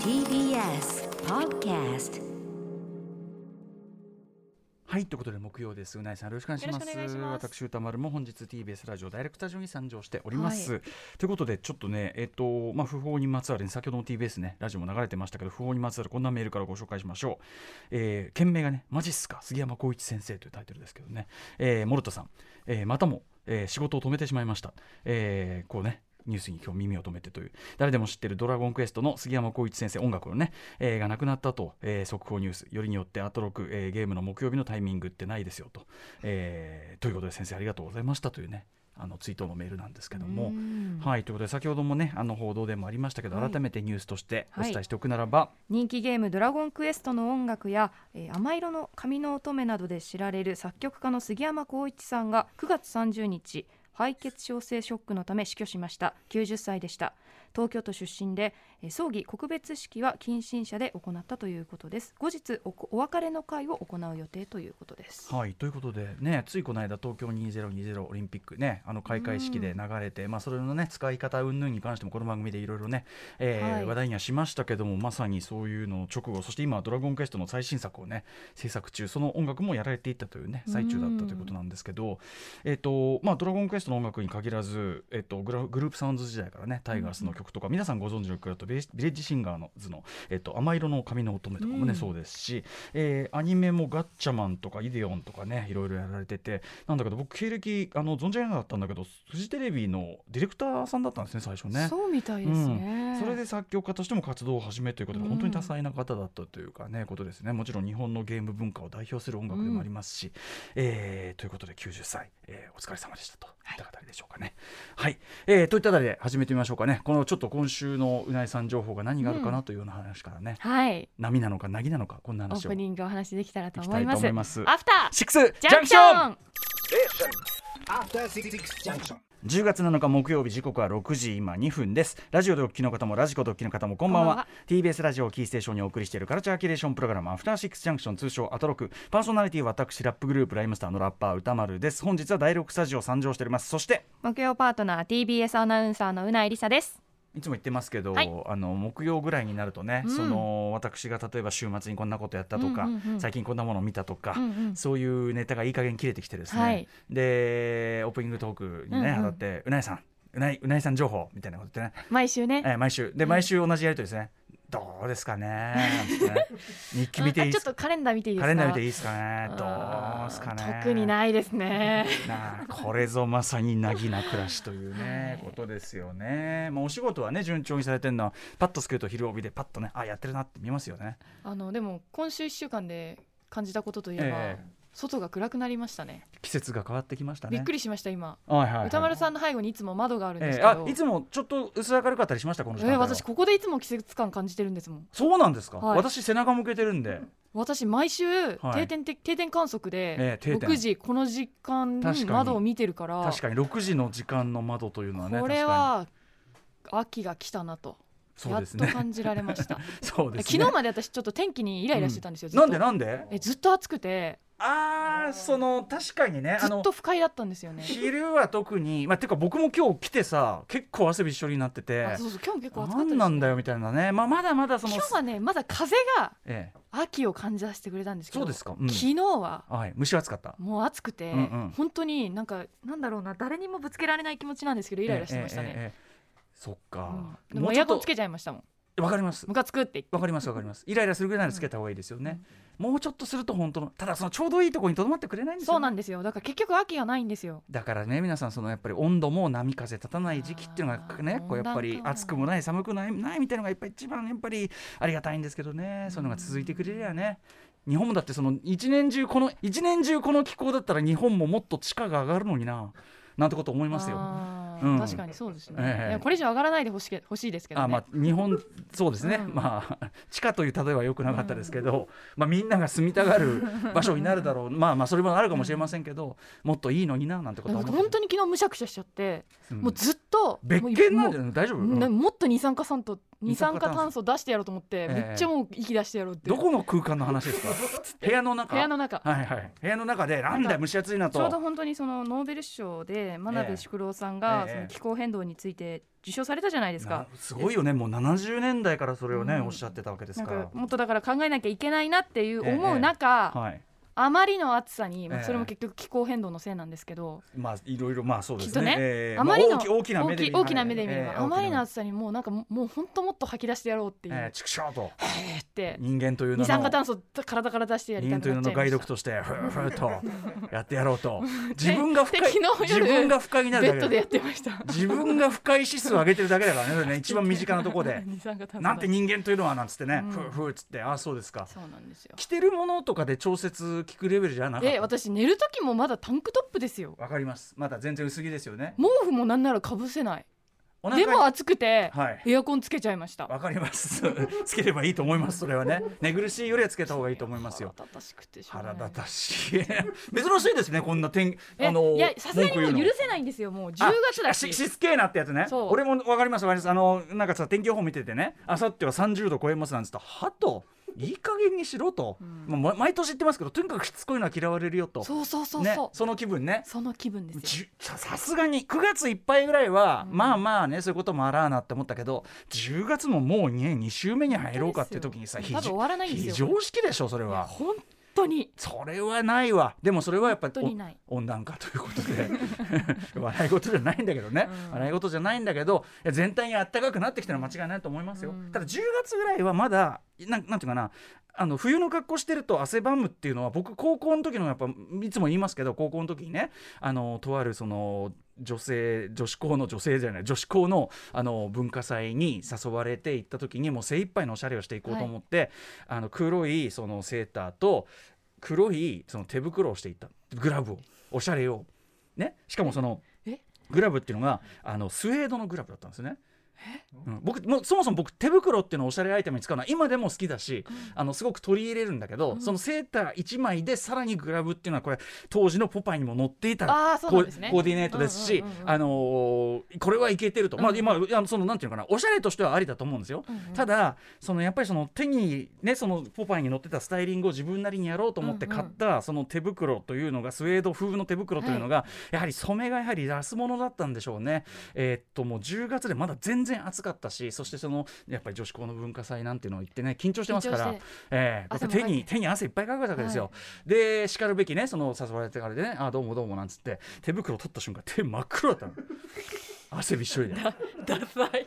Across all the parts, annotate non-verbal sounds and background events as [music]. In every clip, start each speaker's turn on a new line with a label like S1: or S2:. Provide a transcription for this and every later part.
S1: TBS Podcast
S2: はいということで木曜ですうないさんよろしくお願いします
S3: よろしくお願いします
S2: 私歌丸も本日 TBS ラジオダイレクトスタジオに参上しております、ということでちょっとねえっ、とまあ不法にまつわる先ほどの TBS ねラジオも流れてましたけど不法にまつわるこんなメールからご紹介しましょう、えー、件名がねマジっすか杉山浩一先生というタイトルですけどね、えー、モルトさん、えーまたも、えー仕事を止めてしまいました、えーこうねニュースに今日耳を止めてという誰でも知ってる「ドラゴンクエスト」の杉山浩一先生音楽のね、えーが亡くなったと、えー速報ニュースよりによってアトロク、えーゲームの木曜日のタイミングってないですよと、えーということで先生ありがとうございましたというねあの追悼のメールなんですけどもはいということで先ほどもねあの報道でもありましたけど、
S3: はい
S2: 改めてニュースとしてお
S3: はい
S2: 伝えしておくならば、
S3: 人気ゲーム「ドラゴンクエスト」の音楽や、えー「甘色の髪の乙女」などで知られる作曲家の杉山浩一さんが9月30日敗血症性ショックのため死去しました90歳でした東京都出身で、えー葬儀告別式は近親者で行ったということです後日おお別れの会を行う予定ということです
S2: はいということでねついこの間東京2020オリンピックねあの開会式で流れて、まあそれのね使い方云々に関してもこの番組でいろいろね、えー
S3: はい
S2: 話題にはしましたけどもまさにそういうの直後そして今はドラゴンクエストの最新作をね制作中その音楽もやられていったというね最中だったということなんですけど、えっ、とまあドラゴンクエストの音楽に限らずえっ、とグラグループサウンズ時代からねタイガースの曲とか、皆さんご存知の曲だとビレビレッジシンガーの図のえっ、と甘色の髪の乙女とかもね、
S3: うん
S2: そうですしえーアニメもガッチャマンとかイデオンとかねいろいろやられててなんだけど僕経歴あの存じ上げなかったんだけどフジテレビのディレクターさんだったんですね最初ね。
S3: そうみたい
S2: ですそれで作曲家としても活動を始めということで、
S3: うん
S2: 本当に多彩な方だったというかねことですねもちろん日本のゲーム文化を代表する音楽でもありますし、えーということで90歳、えーお疲れ様でしたといった方でしょうかね。はい、えーといったあたりで始めてみましょうかねこのちょっと今週のうないさん情報が何があるかなというような話からね、
S3: はい
S2: 波なのかなぎなのかこんな
S3: オ
S2: 話
S3: ー
S2: を
S3: プニングお話できたらと
S2: いき
S3: 思
S2: た
S3: い
S2: いと
S3: ます
S2: 思います。
S3: アフター
S2: シックス
S3: ジ
S2: ジ
S3: ャン
S2: ャン
S3: ク
S2: ク
S3: シ
S2: シ
S3: ョ
S2: ョン
S3: ン
S4: After City Junction.
S2: 10月7日木曜日時刻は6時今2分ですラジオでお聞きの方もラジコでお聞きの方もこんばん
S3: こ
S2: は
S3: んばんは
S2: TBS ラジオをキーステーションにお送りしているカルチャーキュレーションプログラムアフターシックスジャンクション通称アトロクパーソナリティは私ラップグループライムスターのラッパー歌丸です本日は第6スタジオ参上しておりますそして
S3: 木曜パートナー TBS アナウンサーのうないりさです
S2: いつも言ってますけど、
S3: はい
S2: あの木曜ぐらいになるとね、
S3: うん
S2: その私が例えば週末にこんなことやったとか、
S3: うんうんうん
S2: 最近こんなものを見たとか、
S3: うんうん
S5: [laughs]
S2: そういうネタがいい加減切れてきてですね、
S3: はい
S2: でオープニングトークにね、
S3: うんうん
S2: 当たってうなえさんうないうなえさん情報みたいなこと言ってね
S3: 毎週ね
S2: えー毎週で毎週同じやりとりですね、どうですかね
S3: [laughs]
S2: なんつってね日記見ていい
S3: あ
S2: っ
S3: ちょ
S2: す
S3: っとカレンダー見ていいですか
S2: カレンダー見ていい
S3: い
S2: ですかねどうですかね
S3: 特にないですね
S2: なあこれぞまさになぎな暮らしという
S3: [laughs]
S2: ねことですよね、まあ、お仕事はね順調にされてるのはパッとつけると昼帯でパッとねあやってるなって見ますよね、
S5: あのでも今週1週間で感じたことといえば、
S2: え
S5: 外が暗くなりましたね
S2: 季節が変わってきましたね
S5: びっく
S2: り、
S5: りしました今、
S2: はいはいはい
S5: 歌丸さんの背後にいつも窓があるんです
S2: え
S5: け
S2: え
S5: ど、
S2: あいつもちょっと薄明るかったりしましたこの時間
S5: えー私ここでいつも季節感感じてるんですもん
S2: そうなんですか、
S5: はい
S2: 私背中向けてるんで
S5: 私毎週、
S2: はい
S5: 定点て定点観測で
S2: え、え定点
S5: 6時この時間
S2: 確か
S5: に
S2: に
S5: 窓を見てるから
S2: 確かに6時の時間の窓というのはね
S5: これ
S2: 確か
S5: は秋が来たなと、
S2: にそ
S5: や
S2: う
S5: っ
S2: です
S5: と
S2: ね
S5: 感じられました、
S2: そう [laughs] です
S5: 昨
S2: ね
S5: 日まで私ちょっと天気にイライラしてたんですよ、ずっ
S2: な
S5: と
S2: んでなんで
S5: えずっと暑くて
S2: あーその確かにねあ
S5: ず
S2: の
S5: っと不快だったんですよね
S2: 昼は特にまあていうか僕も今日来てさ結構汗びっしょりになってて
S5: あそうそう今日も結構暑かった
S2: な
S5: です
S2: んなんだよみたいなねまあまだまだその
S5: 今日はねまだ風が
S2: ええ
S5: 秋を感じさせてくれたんですけ
S2: そ
S5: ど
S2: うですかうん
S5: 昨日は
S2: はい蒸し暑かった
S5: もう暑くて、
S2: うんうん
S5: 本当になんかなんだろうな誰にもぶつけられない気持ちなんですけどイライラしてました
S2: ええ
S5: ね、
S2: ええええそっ
S5: うん
S2: か、
S5: でも
S2: う
S5: エ
S2: ちょ
S5: ア
S2: っ
S5: コ
S2: と
S5: ンつけちゃいましたもん
S2: わかります
S5: ムカつくって言って
S2: わかりますわかりますイライラするぐらいならつけた方がいいですよね、もうちょっとすると本当のただそのちょうどいいところにとどまってくれないんですよ、ね、
S5: そうなんですよだから結局秋がないんですよ
S2: だからね皆さんそのやっぱり温度も波風立たない時期っていうのが
S5: あ
S2: ね
S5: ー
S2: こうやっぱり
S5: 温暖化は
S2: 暑くもない寒くないないみたいなのがやっぱり一番やっぱりありがたいんですけどねそういうのが続いてくれりゃね日本もだってその一年中この一年中この気候だったら日本ももっと地価が上がるのにななんてこと思いますよ。
S5: あー
S2: うん
S5: 確かにそうですね、
S2: ええ
S5: いやこれ以上上がらないでほしけ欲しいですけど、ね、
S2: あまあ、日本そうですね、
S5: うん
S2: まあ [laughs] 地下という例えは良くなかったですけど、まあ、みんなが住みたがる場所になるだろうまあまあそれもあるかもしれませんけど、もっといいのにななんてことは
S5: なん
S2: 思
S5: か
S2: って
S5: 本当に昨日むしゃくしゃしちゃって、
S2: うん
S5: もうずっと
S2: 別
S5: もう
S2: 件なんじゃ
S5: も
S2: ない大丈夫、
S5: う
S2: うん
S5: なもっと二酸化酸と二酸化炭素出してやろうと思って、
S2: ええ
S5: めっちゃもう息出してやろうって
S2: どこの空間の話
S5: [laughs]
S2: ですか部屋の中
S5: 部屋の中
S2: はいはい部屋の中でなんだよ蒸し暑いなと
S5: ちょうど本当にそのノーベル賞で真鍋淑郎さんが、がその気候変動について受賞されたじゃないですか
S2: な。すごいよねもう70年代からそれをね、
S5: うん
S2: おっしゃってたわけです
S5: なん
S2: か。
S5: からもっとだから考えなきゃいけないなっていう思
S2: ええ
S5: う中、
S2: はい
S5: あまりの暑さに、まあ
S2: ええ
S5: それも結局気候変動のせいなんですけど、
S2: まあいろいろまあそうですね。
S5: きっとね
S2: ええ
S5: あまりの
S2: あ大き大きな目で
S5: 大き大きな目で見れば、あまりの
S2: な
S5: 暑さにもうなんかももう本当もっと吐き出してやろうっていう、
S2: ええ畜生と
S5: えーって
S2: 人間という名の
S5: 二酸化炭素体から出してやり
S2: 人間
S5: たく
S2: という
S5: な
S2: 名
S5: っちゃ
S2: の
S5: いま
S2: 外
S5: した
S2: 力としてふうふうとやってやろうと自分が不快
S5: 昨日
S2: 自
S5: 夜
S2: 分が不快になる
S5: ベ
S2: だ
S5: ッ
S2: け
S5: ドでやってました
S2: 自分が不快指数を上げてるだけだからねそれね一番身近なところ
S5: [laughs]
S2: で
S5: 二酸化炭素だ
S2: なんて人間というのはなんつってね、
S5: うん
S2: ふうふうっつってああそうですか
S5: そうなんですよ
S2: 着てるものとかで調節聞くレベルじゃなかっ
S5: で
S2: た
S5: 私寝る時もまだタンクトップですよ
S2: わかりますまだ全然薄着ですよね
S5: 毛布もなんならかぶせない
S2: お腹
S5: でも暑くて、
S2: はい
S5: エアコンつけちゃいました
S2: わかります [laughs] つければいいと思いますそれはね寝苦しいよりはつけた方がいいと思いますよ
S5: 腹立たしくてしょうがな
S2: 腹
S5: い
S2: 立たしい [laughs] 珍しいですねこんな天
S5: え
S2: あの
S5: いやさすがにも
S2: 文
S5: う
S2: 句言
S5: 許
S2: の
S5: せないんですよもう10
S2: あ
S5: 月だ
S2: し
S5: し
S2: しつけえなってやつね
S5: そう
S2: 俺もわかりますわかりますあのなんかさ天気予報見ててねあさっては30度超えますなんつったはといい加減にしろと、まあ、毎年言ってますけどとにかくしつこいのは嫌われるよと
S5: そうそうそうそう、
S2: ね、その気分ね
S5: その気分ですよ
S2: じゅささすがに9月いっぱいぐらいは、まあまあねそういうこともあらあなって思ったけど10月ももうね2週目に入ろうかっていう時にさ
S5: 本
S2: 非
S5: 当ですよ多分終わらないんですよ
S2: 非常識でしょそれは
S5: 本当に
S2: それはないわでもそれはやっぱ
S5: 本当にない
S2: お温暖化ということで [laughs] 笑い事じゃないんだけどね、
S5: うん
S2: 笑い事じゃないんだけどいや全体に暖かくなってきたのは間違いないと思いますよ、
S5: うん
S2: ただ10月ぐらいはまだなんなんていうかなあの冬の格好してると汗ばむっていうのは僕高校の時のやっぱいつも言いますけど高校の時にねあのとあるその女性女子校の女性じゃない女子校のあの文化祭に誘われて行った時にもう精一杯のおしゃれをしていこうと思って、あの黒いそのセーターと黒いその手袋をしていったグラブをおしゃれをねしかもその
S5: え
S2: グラブっていうのがあのスウェードのグラブだったんですね。うん、僕もうそもそも僕手袋っていうのをおしゃれアイテムに使うのは今でも好きだし、あのすごく取り入れるんだけど、そのセーター1枚でさらにグラブっていうのはこれ当時のポパイにも載っていた
S5: ああそうなんですね
S2: コーディネートですし、
S5: うんうんうんうん
S2: あのーこれはいけてると、まあ今あのそのなんていうのかなおしゃれとしてはありだと思うんですよ、ただそのやっぱりその手にねそのポパイに載ってたスタイリングを自分なりにやろうと思って買った、その手袋というのがスウェード風の手袋というのが、やはり染めがやはり安物だったんでしょうねえーっともう10月でまだ全然暑かったしそしてそのやっぱり女子校の文化祭なんていうのを言ってね緊張してますか
S5: 緊張
S2: ら
S5: して、
S2: ええ
S5: 汗もかい
S2: 手
S5: て
S2: に手に汗いっぱいかくわけですよ、でしかるべきねその誘われてからでね「あどうもどうも」なんつって手袋取った瞬間手真っ黒だ
S5: [laughs]
S2: ったの汗びっしょりで。 [laughs]
S5: ダサい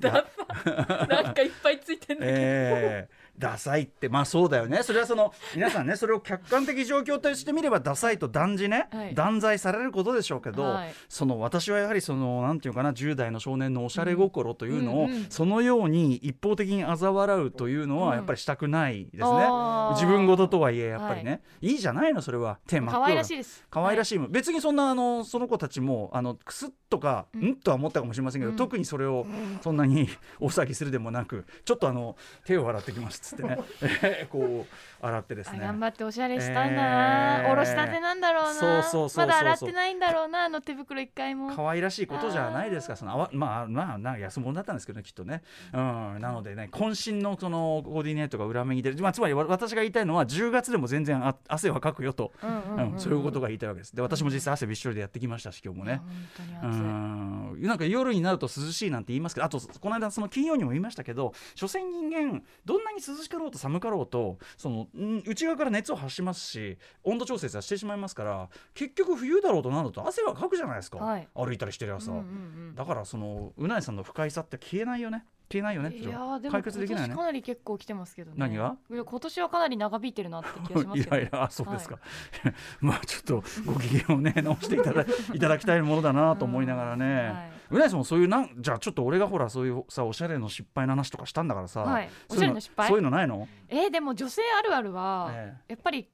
S5: ダサいなんかいっぱいついてんだけど、
S2: えーダサいってまあそうだよねそれはその皆さんねそれを客観的状況としてみればダサいと断じね、
S5: はい
S2: 断罪されることでしょうけど、
S5: はい
S2: その私はやはりそのなんていうかな10代の少年のおしゃれ心というのを、
S5: うんうんうん
S2: そのように一方的に嘲笑うというのはやっぱりしたくないですね、
S5: あー
S2: 自分事とはいえやっぱりね、い、いじゃないのそれは手真っ黒だ
S5: 可愛らしいです
S2: 可愛ら
S5: し
S2: し
S5: い、
S2: いもん、別にそんなあのその子たちもあのクスッとか、
S5: うん
S2: ん、とは思ったかもしれませんけど、
S5: うん
S2: 特にそれをそんなに [laughs] 大騒ぎするでもなくちょっとあの手を洗ってきますっつってね
S5: [laughs]
S2: [laughs] えーこう洗ってです
S5: あ
S2: ね
S5: 頑張っておしゃれしたんだな、
S2: えー
S5: おろしたてなんだろうな
S2: そうそうそうそう
S5: まだ洗ってないんだろうなあの手袋一回も
S2: 可愛らしいことじゃないですかそのあわまあまあな安物だったんですけどねきっとね、うん、なのでね渾身のそのコーディネートが裏目に出る、まあ、つまりわ私が言いたいのは10月でも全然あ汗はかくよと、
S5: うんうん
S2: うんそういうことが言いたいわけですで私も実際汗びっしょりでやってきましたし今日もね。
S5: 本当に
S2: う
S5: 暑い、
S2: んなんか夜になると涼しいなんて言いますけどあとこの間その金曜にも言いましたけど所詮人間どんなに涼しかろうと寒かろうとそのん内側から熱を発しますし温度調節はしてしまいますから結局冬だろうとなんだと汗はかくじゃないですか、
S5: はい
S2: 歩いたりしてりゃさ、
S5: うんうん
S2: だからそのうなえさんの不快さって消えないよね消えないよ
S5: う
S2: ね
S5: ん、いやーでも
S2: 解決できない
S5: 今
S2: よ
S5: 年
S2: ね
S5: かなり結構来てますけどね
S2: 何が
S5: いや今年はかなり長引いてるなって気がします
S2: イ
S5: けど
S2: ライラあそうですか、 [laughs] まあちょっとご機嫌を
S5: [laughs]
S2: ね直していただいただきたいものだなと思いながらね、うなえさんもそういうなんじゃあちょっと俺がほらそういうさおしゃれの失敗の話とかしたんだからさ、
S5: はい
S2: そういう
S5: おしゃれの失敗
S2: そういうのないの、
S5: えーでも女性あるあるは、
S2: え
S5: やっぱり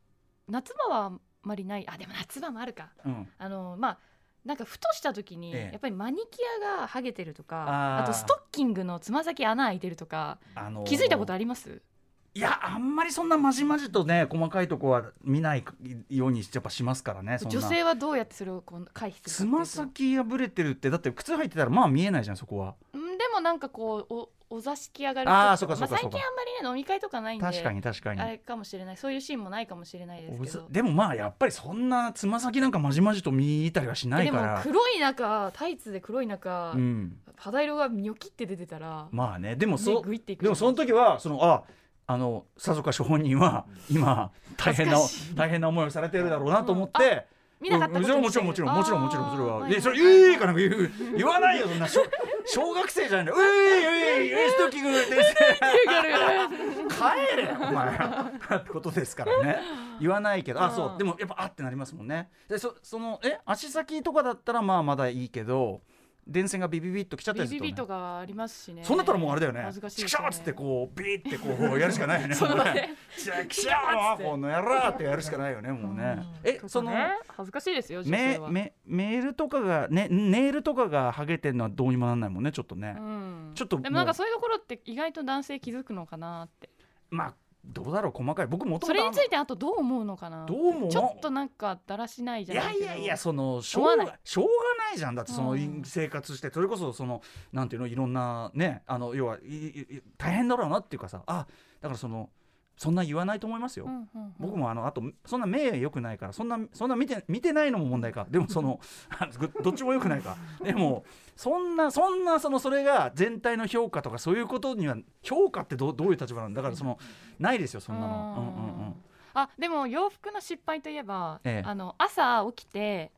S5: 夏場はあんまりないあでも夏場もあるか
S2: えうん、
S5: あのまあなんかふとした時に、
S2: ええ
S5: やっぱりマニキュアがハゲてるとか
S2: あ
S5: あ
S2: ー
S5: とストッキングのつま先穴開いてるとか
S2: あの
S5: 気づいたこと
S2: あ
S5: あります
S2: いやあんまりそんなまじまじとね細かいとこは見ないようにやっぱしますからねそんな
S5: 女性はどうやってそれをこう回避するか
S2: つま先破れてるってだって靴履いてたらまあ見えないじゃんそこは
S5: うんでももなんかこうおお座敷上がる
S2: あー
S5: 時
S2: そ
S5: と
S2: うかそうか
S5: まあ、
S2: そう
S5: 最
S2: か
S5: 近あんまりね飲み会とかないんで
S2: 確かに確かに
S5: あれかもしれないそういうシーンもないかもしれないです
S2: お
S5: け
S2: ず
S5: ど
S2: でもまあやっぱりそんなつま先なんかまじまじと見たりはしない
S5: で
S2: か
S5: も
S2: ら
S5: 黒い中タイツで黒い中、
S2: うん
S5: 肌色がニョキって出てたら、
S2: まあねでも
S5: ね
S2: そう
S5: グイっていく
S2: でもその時はそのああのさぞかし本人は今大変な
S5: 恥ずかしい
S2: 大変な思いをされてるだろうなと思って、
S5: 見なかったこと
S2: うん
S5: に
S2: も
S5: し
S2: ち
S5: て
S2: ろんも
S5: る
S2: ちろんもちろんもちろんもちろんもちろん
S5: あー
S2: でそれ
S5: はい
S2: 「
S5: はい
S2: ええ!」かなんか言う言わないよそんな小小学生じゃないんだ「うえいえいえいストッキング」です帰れよ [laughs] お前らってことですからね言わないけどあそうでもやっぱあってなりますもんねでそそのえ足先とかだったらまあまだいいけど電線がビビビッと来ちゃったりす
S5: ビ
S2: る
S5: ビ
S2: と、
S5: ビ
S2: ね、
S5: とかありますしね
S2: そんなったらもうあれだよね
S5: 恥ずかしい
S2: チ
S5: で
S2: クシ
S5: すよ
S2: ャー
S5: ね
S2: っつってこうビーってこうやるしかないよね
S5: その場で
S2: もうねチクシャーってこの野郎ってやるしかないよねもうねえ
S5: とか
S2: その
S5: ね恥ずかしいですよ女
S2: メ
S5: 性は
S2: メメールとかがねネイルとかがハゲてんのはどうにもなんないもんねちょっとね、
S5: うん
S2: ちょっと
S5: でもなん
S2: もう
S5: かそういうところって意外と男性気づくのかなって
S2: まあどうだろう細かい僕もと
S5: そ
S2: もと
S5: れについてあとどう思うのかな
S2: どう思う
S5: ちょっとなんかだらしないじ
S2: い
S5: ゃな
S2: や
S5: いけ
S2: い
S5: ど
S2: やいやそのしょう
S5: 思わない
S2: がしょうがないじゃんだってその
S5: うん
S2: 生活してそれこそそのなんていうのいろんなねあの要はいいい大変だろうなっていうかさあだからそのそんな言わないと思いますよ。
S5: うんうんうん
S2: 僕もあのあとそんな目良くないからそんなそんな見て見てないのも問題かでもその [laughs] あぐどっちも良くないかでもそんなそんなそのそれが全体の評価とかそういうことには評価ってどうどういう立場なんだからそのないですよそんなの。うんうんうん
S5: あでも洋服の失敗といえば、
S2: ええ
S5: あの朝起きて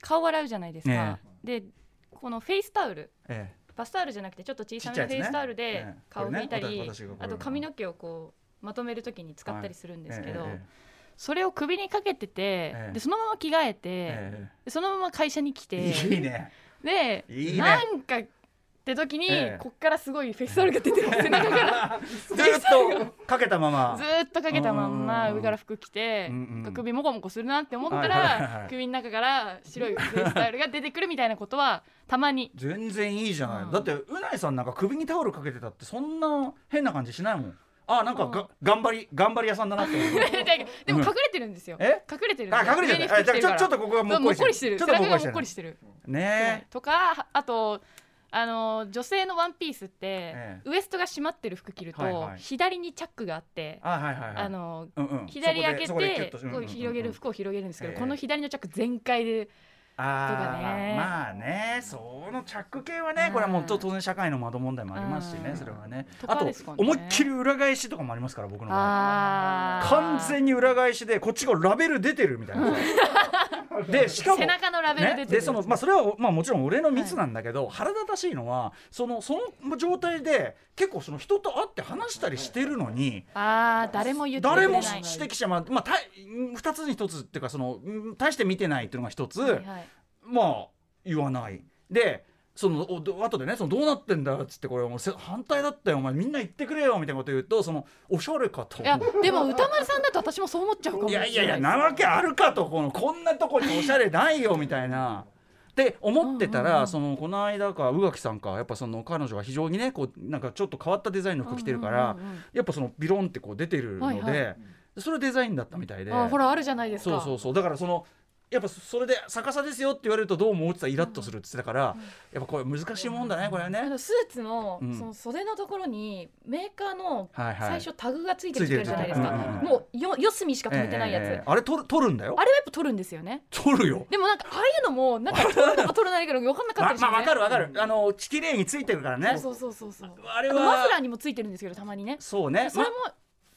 S5: 顔洗うじゃないですか、でこのフェイスタオル
S2: え
S5: バスタオルじゃなくてちょっと小さめのフ
S2: ちっちゃいや
S5: ェ
S2: つ
S5: イ
S2: ね
S5: スタオルで
S2: ええ
S5: 顔を
S2: これね
S5: 拭いたり、
S2: 私私がこれ
S5: あと髪の毛をこうまとめるときに使ったりするん
S2: え
S5: ですけど、
S2: えええ
S5: それを首にかけてて、
S2: え
S5: でそのまま着替えて、
S2: ええ
S5: でそのまま会社に来て
S2: いいね。
S5: で
S2: いいね
S5: なんかって時に、
S2: ええ
S5: こっからすごいフェイスタオルが出てる
S2: [laughs]
S5: 背中から
S2: ずーっとかけたまま
S5: ず。ーっとかけたまんま
S2: うん
S5: 上から服着て、
S2: うんうん
S5: 首もこもこするなって思ったら、
S2: はいはいはい
S5: 首の中から白いフェイスタイルが出てくるみたいなことはた
S2: [laughs]
S5: まに [laughs]
S2: 全然いいじゃない。
S5: うん
S2: だってうないさんなんか首にタオルかけてたってそんな変な感じしないもん。あなんかが、頑張り頑張り屋さんだなって思う。
S5: でも隠れてるんですよ、
S2: え
S5: 隠れてるんですよ
S2: あ隠れて
S5: 上に
S2: る。
S5: 服
S2: あ
S5: 着
S2: じゃあ
S5: て
S2: ち
S5: るか
S2: ょ
S5: ら
S2: ちょっとここが
S5: もうも
S2: も
S5: っ
S2: っ
S5: こ
S2: こ
S5: り
S2: り
S5: し
S2: してて
S5: る
S2: る。ちょ
S5: 背
S2: っと
S5: 中
S2: も
S5: が
S2: っこりしる
S5: もってこりしてる、
S2: ね
S5: とかあとあの女性のワンピースって、
S2: ええ
S5: ウエストが締まってる服着ると、
S2: はいはい
S5: 左にチャックがあって
S2: え。あはいはいはい。
S5: あの
S2: うんうん
S5: 左開けて
S2: そこでそこでキュッと
S5: こう広げる服を広げるんですけど、
S2: ええ
S5: この左のチャック全開で
S2: あ
S5: とかね
S2: ーまあねそのチャック系はねこれはもう当然社会の窓問題もありますしね
S5: うん
S2: それはね
S5: と
S2: あ
S5: か
S2: と
S5: ですかね
S2: 思いっきり裏返しとかもありますから僕の場合
S5: あー
S2: 完全に裏返しでこっちがラベル出てるみたい
S5: [laughs]
S2: なでしかも
S5: 背中のラベル出て
S2: ね、
S5: る、
S2: でそのまあそれは、まあ、もちろん俺のミスなんだけど、腹立たしいのはそのその状態で結構その人と会って話したりしてるのに
S5: あー誰も言ってくれな
S2: 誰
S5: い
S2: も指摘者まあ、まあ、た2つに1つっていうかそのうん大して見てないっていうのが1つ、
S5: はいはい
S2: まあ言わないでそのおど後でねそのどうなってんだっつってこれもうせ反対だったよお前みんな言ってくれよみたいなこと言うとそのおしゃれかと
S5: いやでも歌丸さんだと私もそう思っちゃうかも
S2: い
S5: しれな
S2: や
S5: い
S2: いやいやなわけあるかとこのこんなとこにおしゃれないよみたいな。って思ってたら、
S5: うんうんうん
S2: そのこの間か宇垣さんかやっぱその彼女が非常にねこうなんかちょっと変わったデザインの服着てるから、
S5: うんうんうんうん
S2: やっぱそのビロンってこう出てるので、
S5: はいは
S2: それデザインだったみたいで
S5: あほらあるじゃないですか
S2: そうそうそうだからそのやっぱそれで逆さですよって言われるとどうも落ちたらイラッとするって言ってたから、やっぱこれ難しいもんだねこれはね。
S5: あのスーツの,、
S2: うん
S5: その袖のところにメーカーの
S2: はいはい
S5: 最初タグがついてる時あるじゃないですか、
S2: ついてるついてるうんうん
S5: もうよ四隅しか止めてないやつ、
S2: ええええあれ取る取るんだよ
S5: あれはやっぱ取るんですよね
S2: 取るよ
S5: でもなんかああいうのもなんか取るのか取らないかのか分かんなかった
S2: ま
S5: りし
S2: まあわ
S5: ま
S2: か
S5: す
S2: るわかるあの綺麗についてるからね
S5: ねそうそうそうそうそう
S2: あれ
S5: あ
S2: は
S5: のマフラーにもついてるんですけどたまにね
S2: そうね
S5: それも、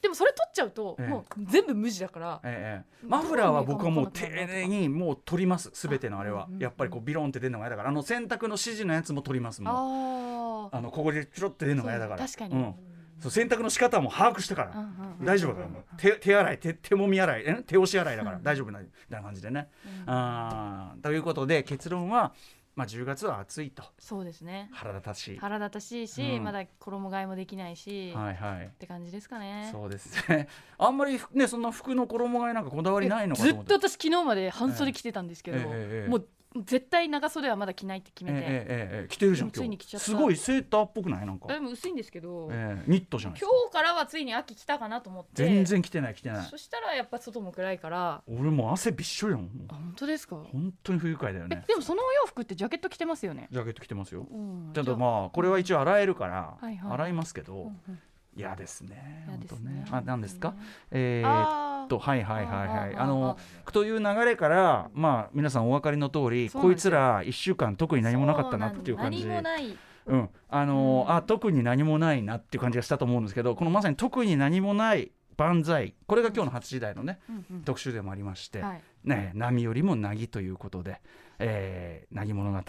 S5: でもそれ取っちゃうと、
S2: ええ
S5: もう全部無地だから
S2: ええ、
S5: うん
S2: マフラーは僕はもう丁寧にもう取りますすべてのあれはやっぱりこうビロンって出るのが嫌だからあの洗濯の指示のやつも取りますもん
S5: ああ
S2: あのここでチュロって出るのが嫌だから
S5: そう確かに
S2: うん、そう洗濯の仕方も把握してから、
S5: うんうんうん
S2: 大丈夫だからもう手手洗い手手もみ洗いえ手押し洗いだから大丈夫なみたいな感じでね、あーということで結論は、まあ、10月は暑いと
S5: そうですね
S2: 腹立たしい
S5: 腹立たしいし、
S2: うん
S5: まだ衣替えもできないし、っ
S2: はいはい
S5: て感じですかね
S2: そうですね [laughs] あんまりねそんな服の衣替えなんかこだわりないのか
S5: ず
S2: と思
S5: っと私昨日まで半袖着てたんですけど、
S2: ええええええ
S5: もう絶対長袖はまだ着ないって
S2: え
S5: 決
S2: え
S5: めて、
S2: ええええ着てるじゃん
S5: でもつい
S2: 今
S5: に着ち
S2: 日
S5: ゃった
S2: すごいセーターっぽくないなんか、
S5: でも薄いんですけど、
S2: ええニットじゃないです
S5: 今
S2: か
S5: 日からはついに秋来たかなと思って
S2: 全然着てない着てない
S5: そしたらやっぱ外も暗いから
S2: 俺もう汗びっしょりやもんもう
S5: あ本当ですか、
S2: 本当に不愉快だよ
S5: え
S2: ね
S5: でもそのお洋服ってジャケット着てますよね、
S2: ジャケット着てます
S5: [laughs]
S2: よ
S5: うん
S2: ただ
S5: あ
S2: まあこれは一応洗えるから
S5: はいはい
S2: 洗いますけど
S5: うんうん
S2: 嫌ですね
S5: 嫌
S2: 本
S5: で
S2: 当
S5: すね
S2: ねあ何ですかえーっ
S5: あー
S2: とはいはいはいはい
S5: あー
S2: あのという流れからまあ皆さんお分かりの通り
S5: そうな
S2: こ
S5: ん
S2: い
S5: です
S2: つ
S5: よ
S2: ら1週間特に何もなかったなっていう感じ
S5: そうなんです何もない
S2: うん、あのー
S5: うん
S2: あ特に何もないなっていう感じがしたと思うんですけどこのまさに特に何もない万歳これが今日の8時台のね、
S5: うんうん
S2: 特集でもありまして、
S5: はい
S2: ね、波よりもなぎということで、えー、なぎ物語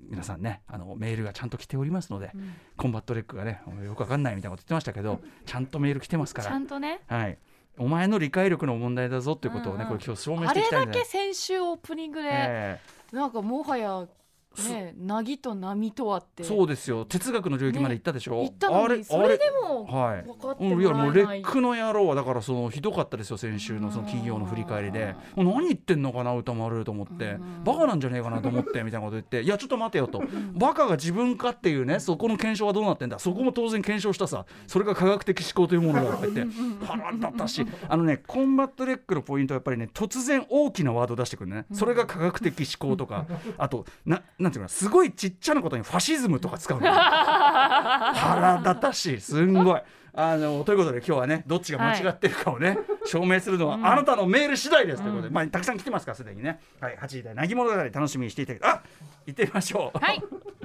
S2: 皆さんねあのメールがちゃんと来ておりますので、
S5: うん
S2: コンバットレックがねよくわかんないみたいなこと言ってましたけどちゃんとメール来てますか
S5: ちゃ
S2: ら、
S5: んとね
S2: はい、お前の理解力の問題だぞっていうことをね、
S5: うんうん
S2: これ今日証明し
S5: あ
S2: てい
S5: れ
S2: きたい
S5: だ
S2: んじゃない
S5: け先週オープニングで、
S2: え
S5: なんかもはやねなぎと波とはって
S2: ーそうですよ哲学の領域まで行ったでしょ、
S5: 言ったのにそれでも
S2: はい、
S5: 分かって
S2: うん、
S5: も
S2: いやもう
S5: ら
S2: レ
S5: えない
S2: ックの野郎はだからそのひどかったですよ先週のその企業の振り返りでもう何言ってんのかな歌丸と思って
S5: うん
S2: バカなんじゃねえかなと思ってみたいなこと言っていやちょっと待てよとバカが自分かっていうねそこの検証はどうなってんだそこも当然検証したさそれが科学的思考というものだって言って腹立ったしあのねコンバットレックのポイントはやっぱりね突然大きなワード出してくるねそれが科学的思考とかあとななんていうかなすごいちっちゃなことにファシズムとか使うのよ [laughs] 腹立たしいすんごい。あのということで今日はねどっちが間違ってるかをね、証明するのはあなたのメール次第ですということで、まあ、たくさん来てますからすでにね、はい、8時台なぎ物語楽しみにしていただきあ行ってみましょう。
S5: はい。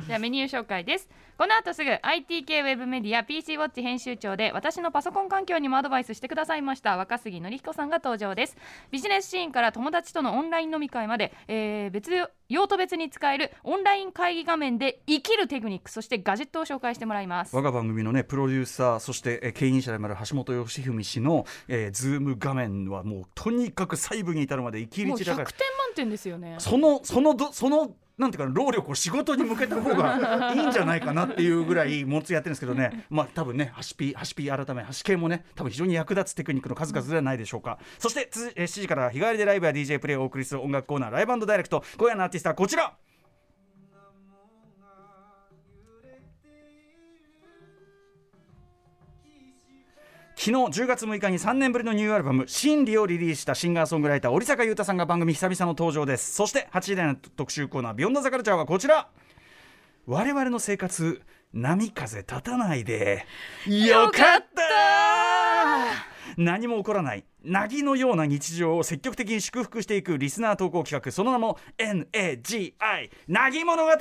S5: じゃあメニュー紹介です。この後すぐ IT 系ウェブメディア PC ウォッチ編集長で私のパソコン環境にもアドバイスしてくださいました若杉典彦さんが登場です。ビジネスシーンから友達とのオンライン飲み会まで、えー別用途別に使えるオンライン会議画面で生きるテクニックそしてガジェットを紹介してもらいます。
S2: 我が番組のねプロデューサーそしてえー経営者でもある橋本義文氏の、えー、ズーム画面はもうとにかく細部に至るまで生きり
S5: もう
S2: 散ら
S5: 100点
S2: か
S5: 満
S2: る
S5: 点ですよね。
S2: そのそのどそのなんていうかな労力を仕事に向けた方
S5: [laughs]
S2: がいいんじゃないかなっていうぐらいもつやってるんですけどねまあ多分ねハシピハシピ改めハシ系もね多分非常に役立つテクニックの数々ではないでしょうか、そしてつえー7時から日帰りでライブや DJ プレイをお送りする音楽コーナーライブダイレクト今夜のアーティストはこちら昨日10月6日に3年ぶりのニューアルバム「真理」をリリースしたシンガーソングライター織坂優太さんが番組久々の登場ですそして8時台の特集コーナー「ビヨンドザカルチャーはこちら我々の生活波風立たないでよかった何も起こらない凪のような日常を積極的に祝福していくリスナー投稿企画その名も NAGI 凪物語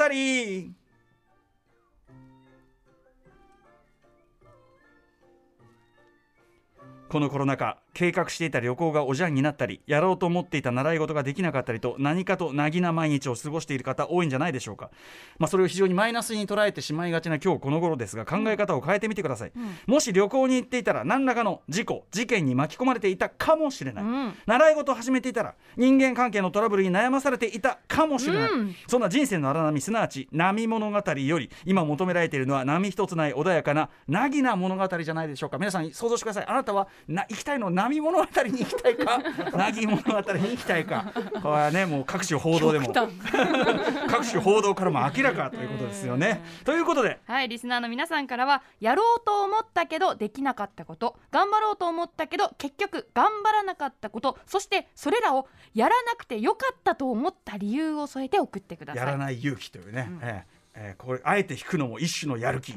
S2: このコロナ禍計画していた旅行がおじゃんになったりやろうと思っていた習い事ができなかったりと何かとなぎな毎日を過ごしている方多いんじゃないでしょうか、まあ、それを非常にマイナスに捉えてしまいがちな今日この頃ですが考え方を変えてみてください、もし旅行に行っていたら何らかの事故事件に巻き込まれていたかもしれない、
S5: うん
S2: 習い事を始めていたら人間関係のトラブルに悩まされていたかもしれない、
S5: うん
S2: そんな人生の荒波すなわち波物語より今求められているのは波一つない穏やかななぎな物語じゃないでしょうか皆さん想像してくださいあなたはな行きたいのは波物語に行きたい
S5: [laughs]
S2: かなぎ物語に行きたいかこれはねもう各種報道でも各種報道からも明らかということですよねということで
S5: はい、リスナーの皆さんからはやろうと思ったけどできなかったこと頑張ろうと思ったけど結局頑張らなかったことそしてそれらをやらなくてよかったと思った理由を添えて送ってください
S2: やらない勇気というね、ええええこれあえて弾くのも一種のやる気、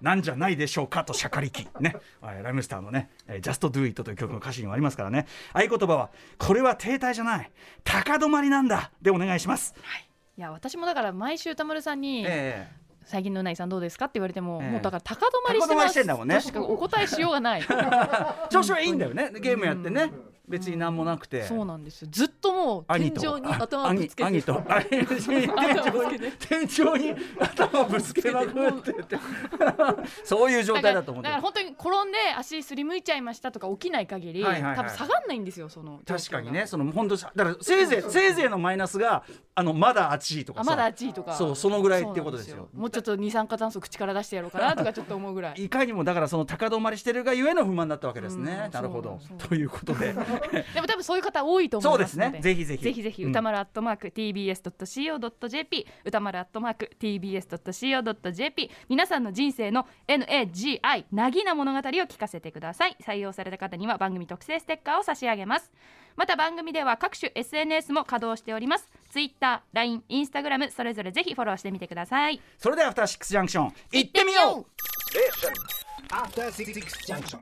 S2: なんじゃないでしょうかとしゃかりき、ね、はいライムスターのね「えー Just Do It」という曲の歌詞にもありますからね合言葉は「これは停滞じゃない高止まりなんだ」でお願いします。
S5: いや私もだから毎週歌丸さんに、
S2: え
S5: 最近のうないさんどうですか?」って言われても、
S2: ええ
S5: もうだから高止まりして
S2: 高止ま
S5: ま
S2: りして
S5: す
S2: んだもんね
S5: としかお答えしようがない
S2: え調子はいいんだよねゲームやってね別に何もなくて。
S5: そうなんですよずっともう天井
S2: 兄
S5: に
S2: と
S5: 頭をぶつけ
S2: あ
S5: て
S2: 兄
S5: [laughs]
S2: とあ天井に天井に頭ぶつけまくっててそういう状
S5: だ
S2: 態
S5: から
S2: だと思っ
S5: だ
S2: て
S5: から本当に転んで足すりむいちゃいましたとか起きない限り、
S2: はいはいはい
S5: 多分下がんないんですよその状況が
S2: 確かにねその本当さだからせいぜいせいぜいのマイナスがあのまだ暑いとか
S5: あ
S2: さ
S5: まだ暑いとか
S2: そうそのぐらいってことですよ
S5: そうなんもうちょっと二酸化炭素口から出してやろうかなとかちょっと思うぐらい
S2: いかにもだからその高止まりしてるがゆえの不満だったわけですね
S5: う。ん
S2: なるほど
S5: そうそう
S2: ということで、
S6: でも多分そういう方多いと思
S2: そう
S6: い
S2: で
S6: ますすの
S2: ね
S6: で。
S2: ぜひぜひ
S6: ぜひぜひ歌丸アットマーク tbs.co.jp 歌丸アットマーク tbs.co.jp 皆さんの人生の NAGI なぎな物語を聞かせてください採用された方には番組特製ステッカーを差し上げますまた番組では各種 SNS も稼働しております Twitter、LINE、Instagram それぞれぜひフォローしてみてください
S2: それではアフターシックスジャンクション行ってみよう
S4: Listen. After Six Junction.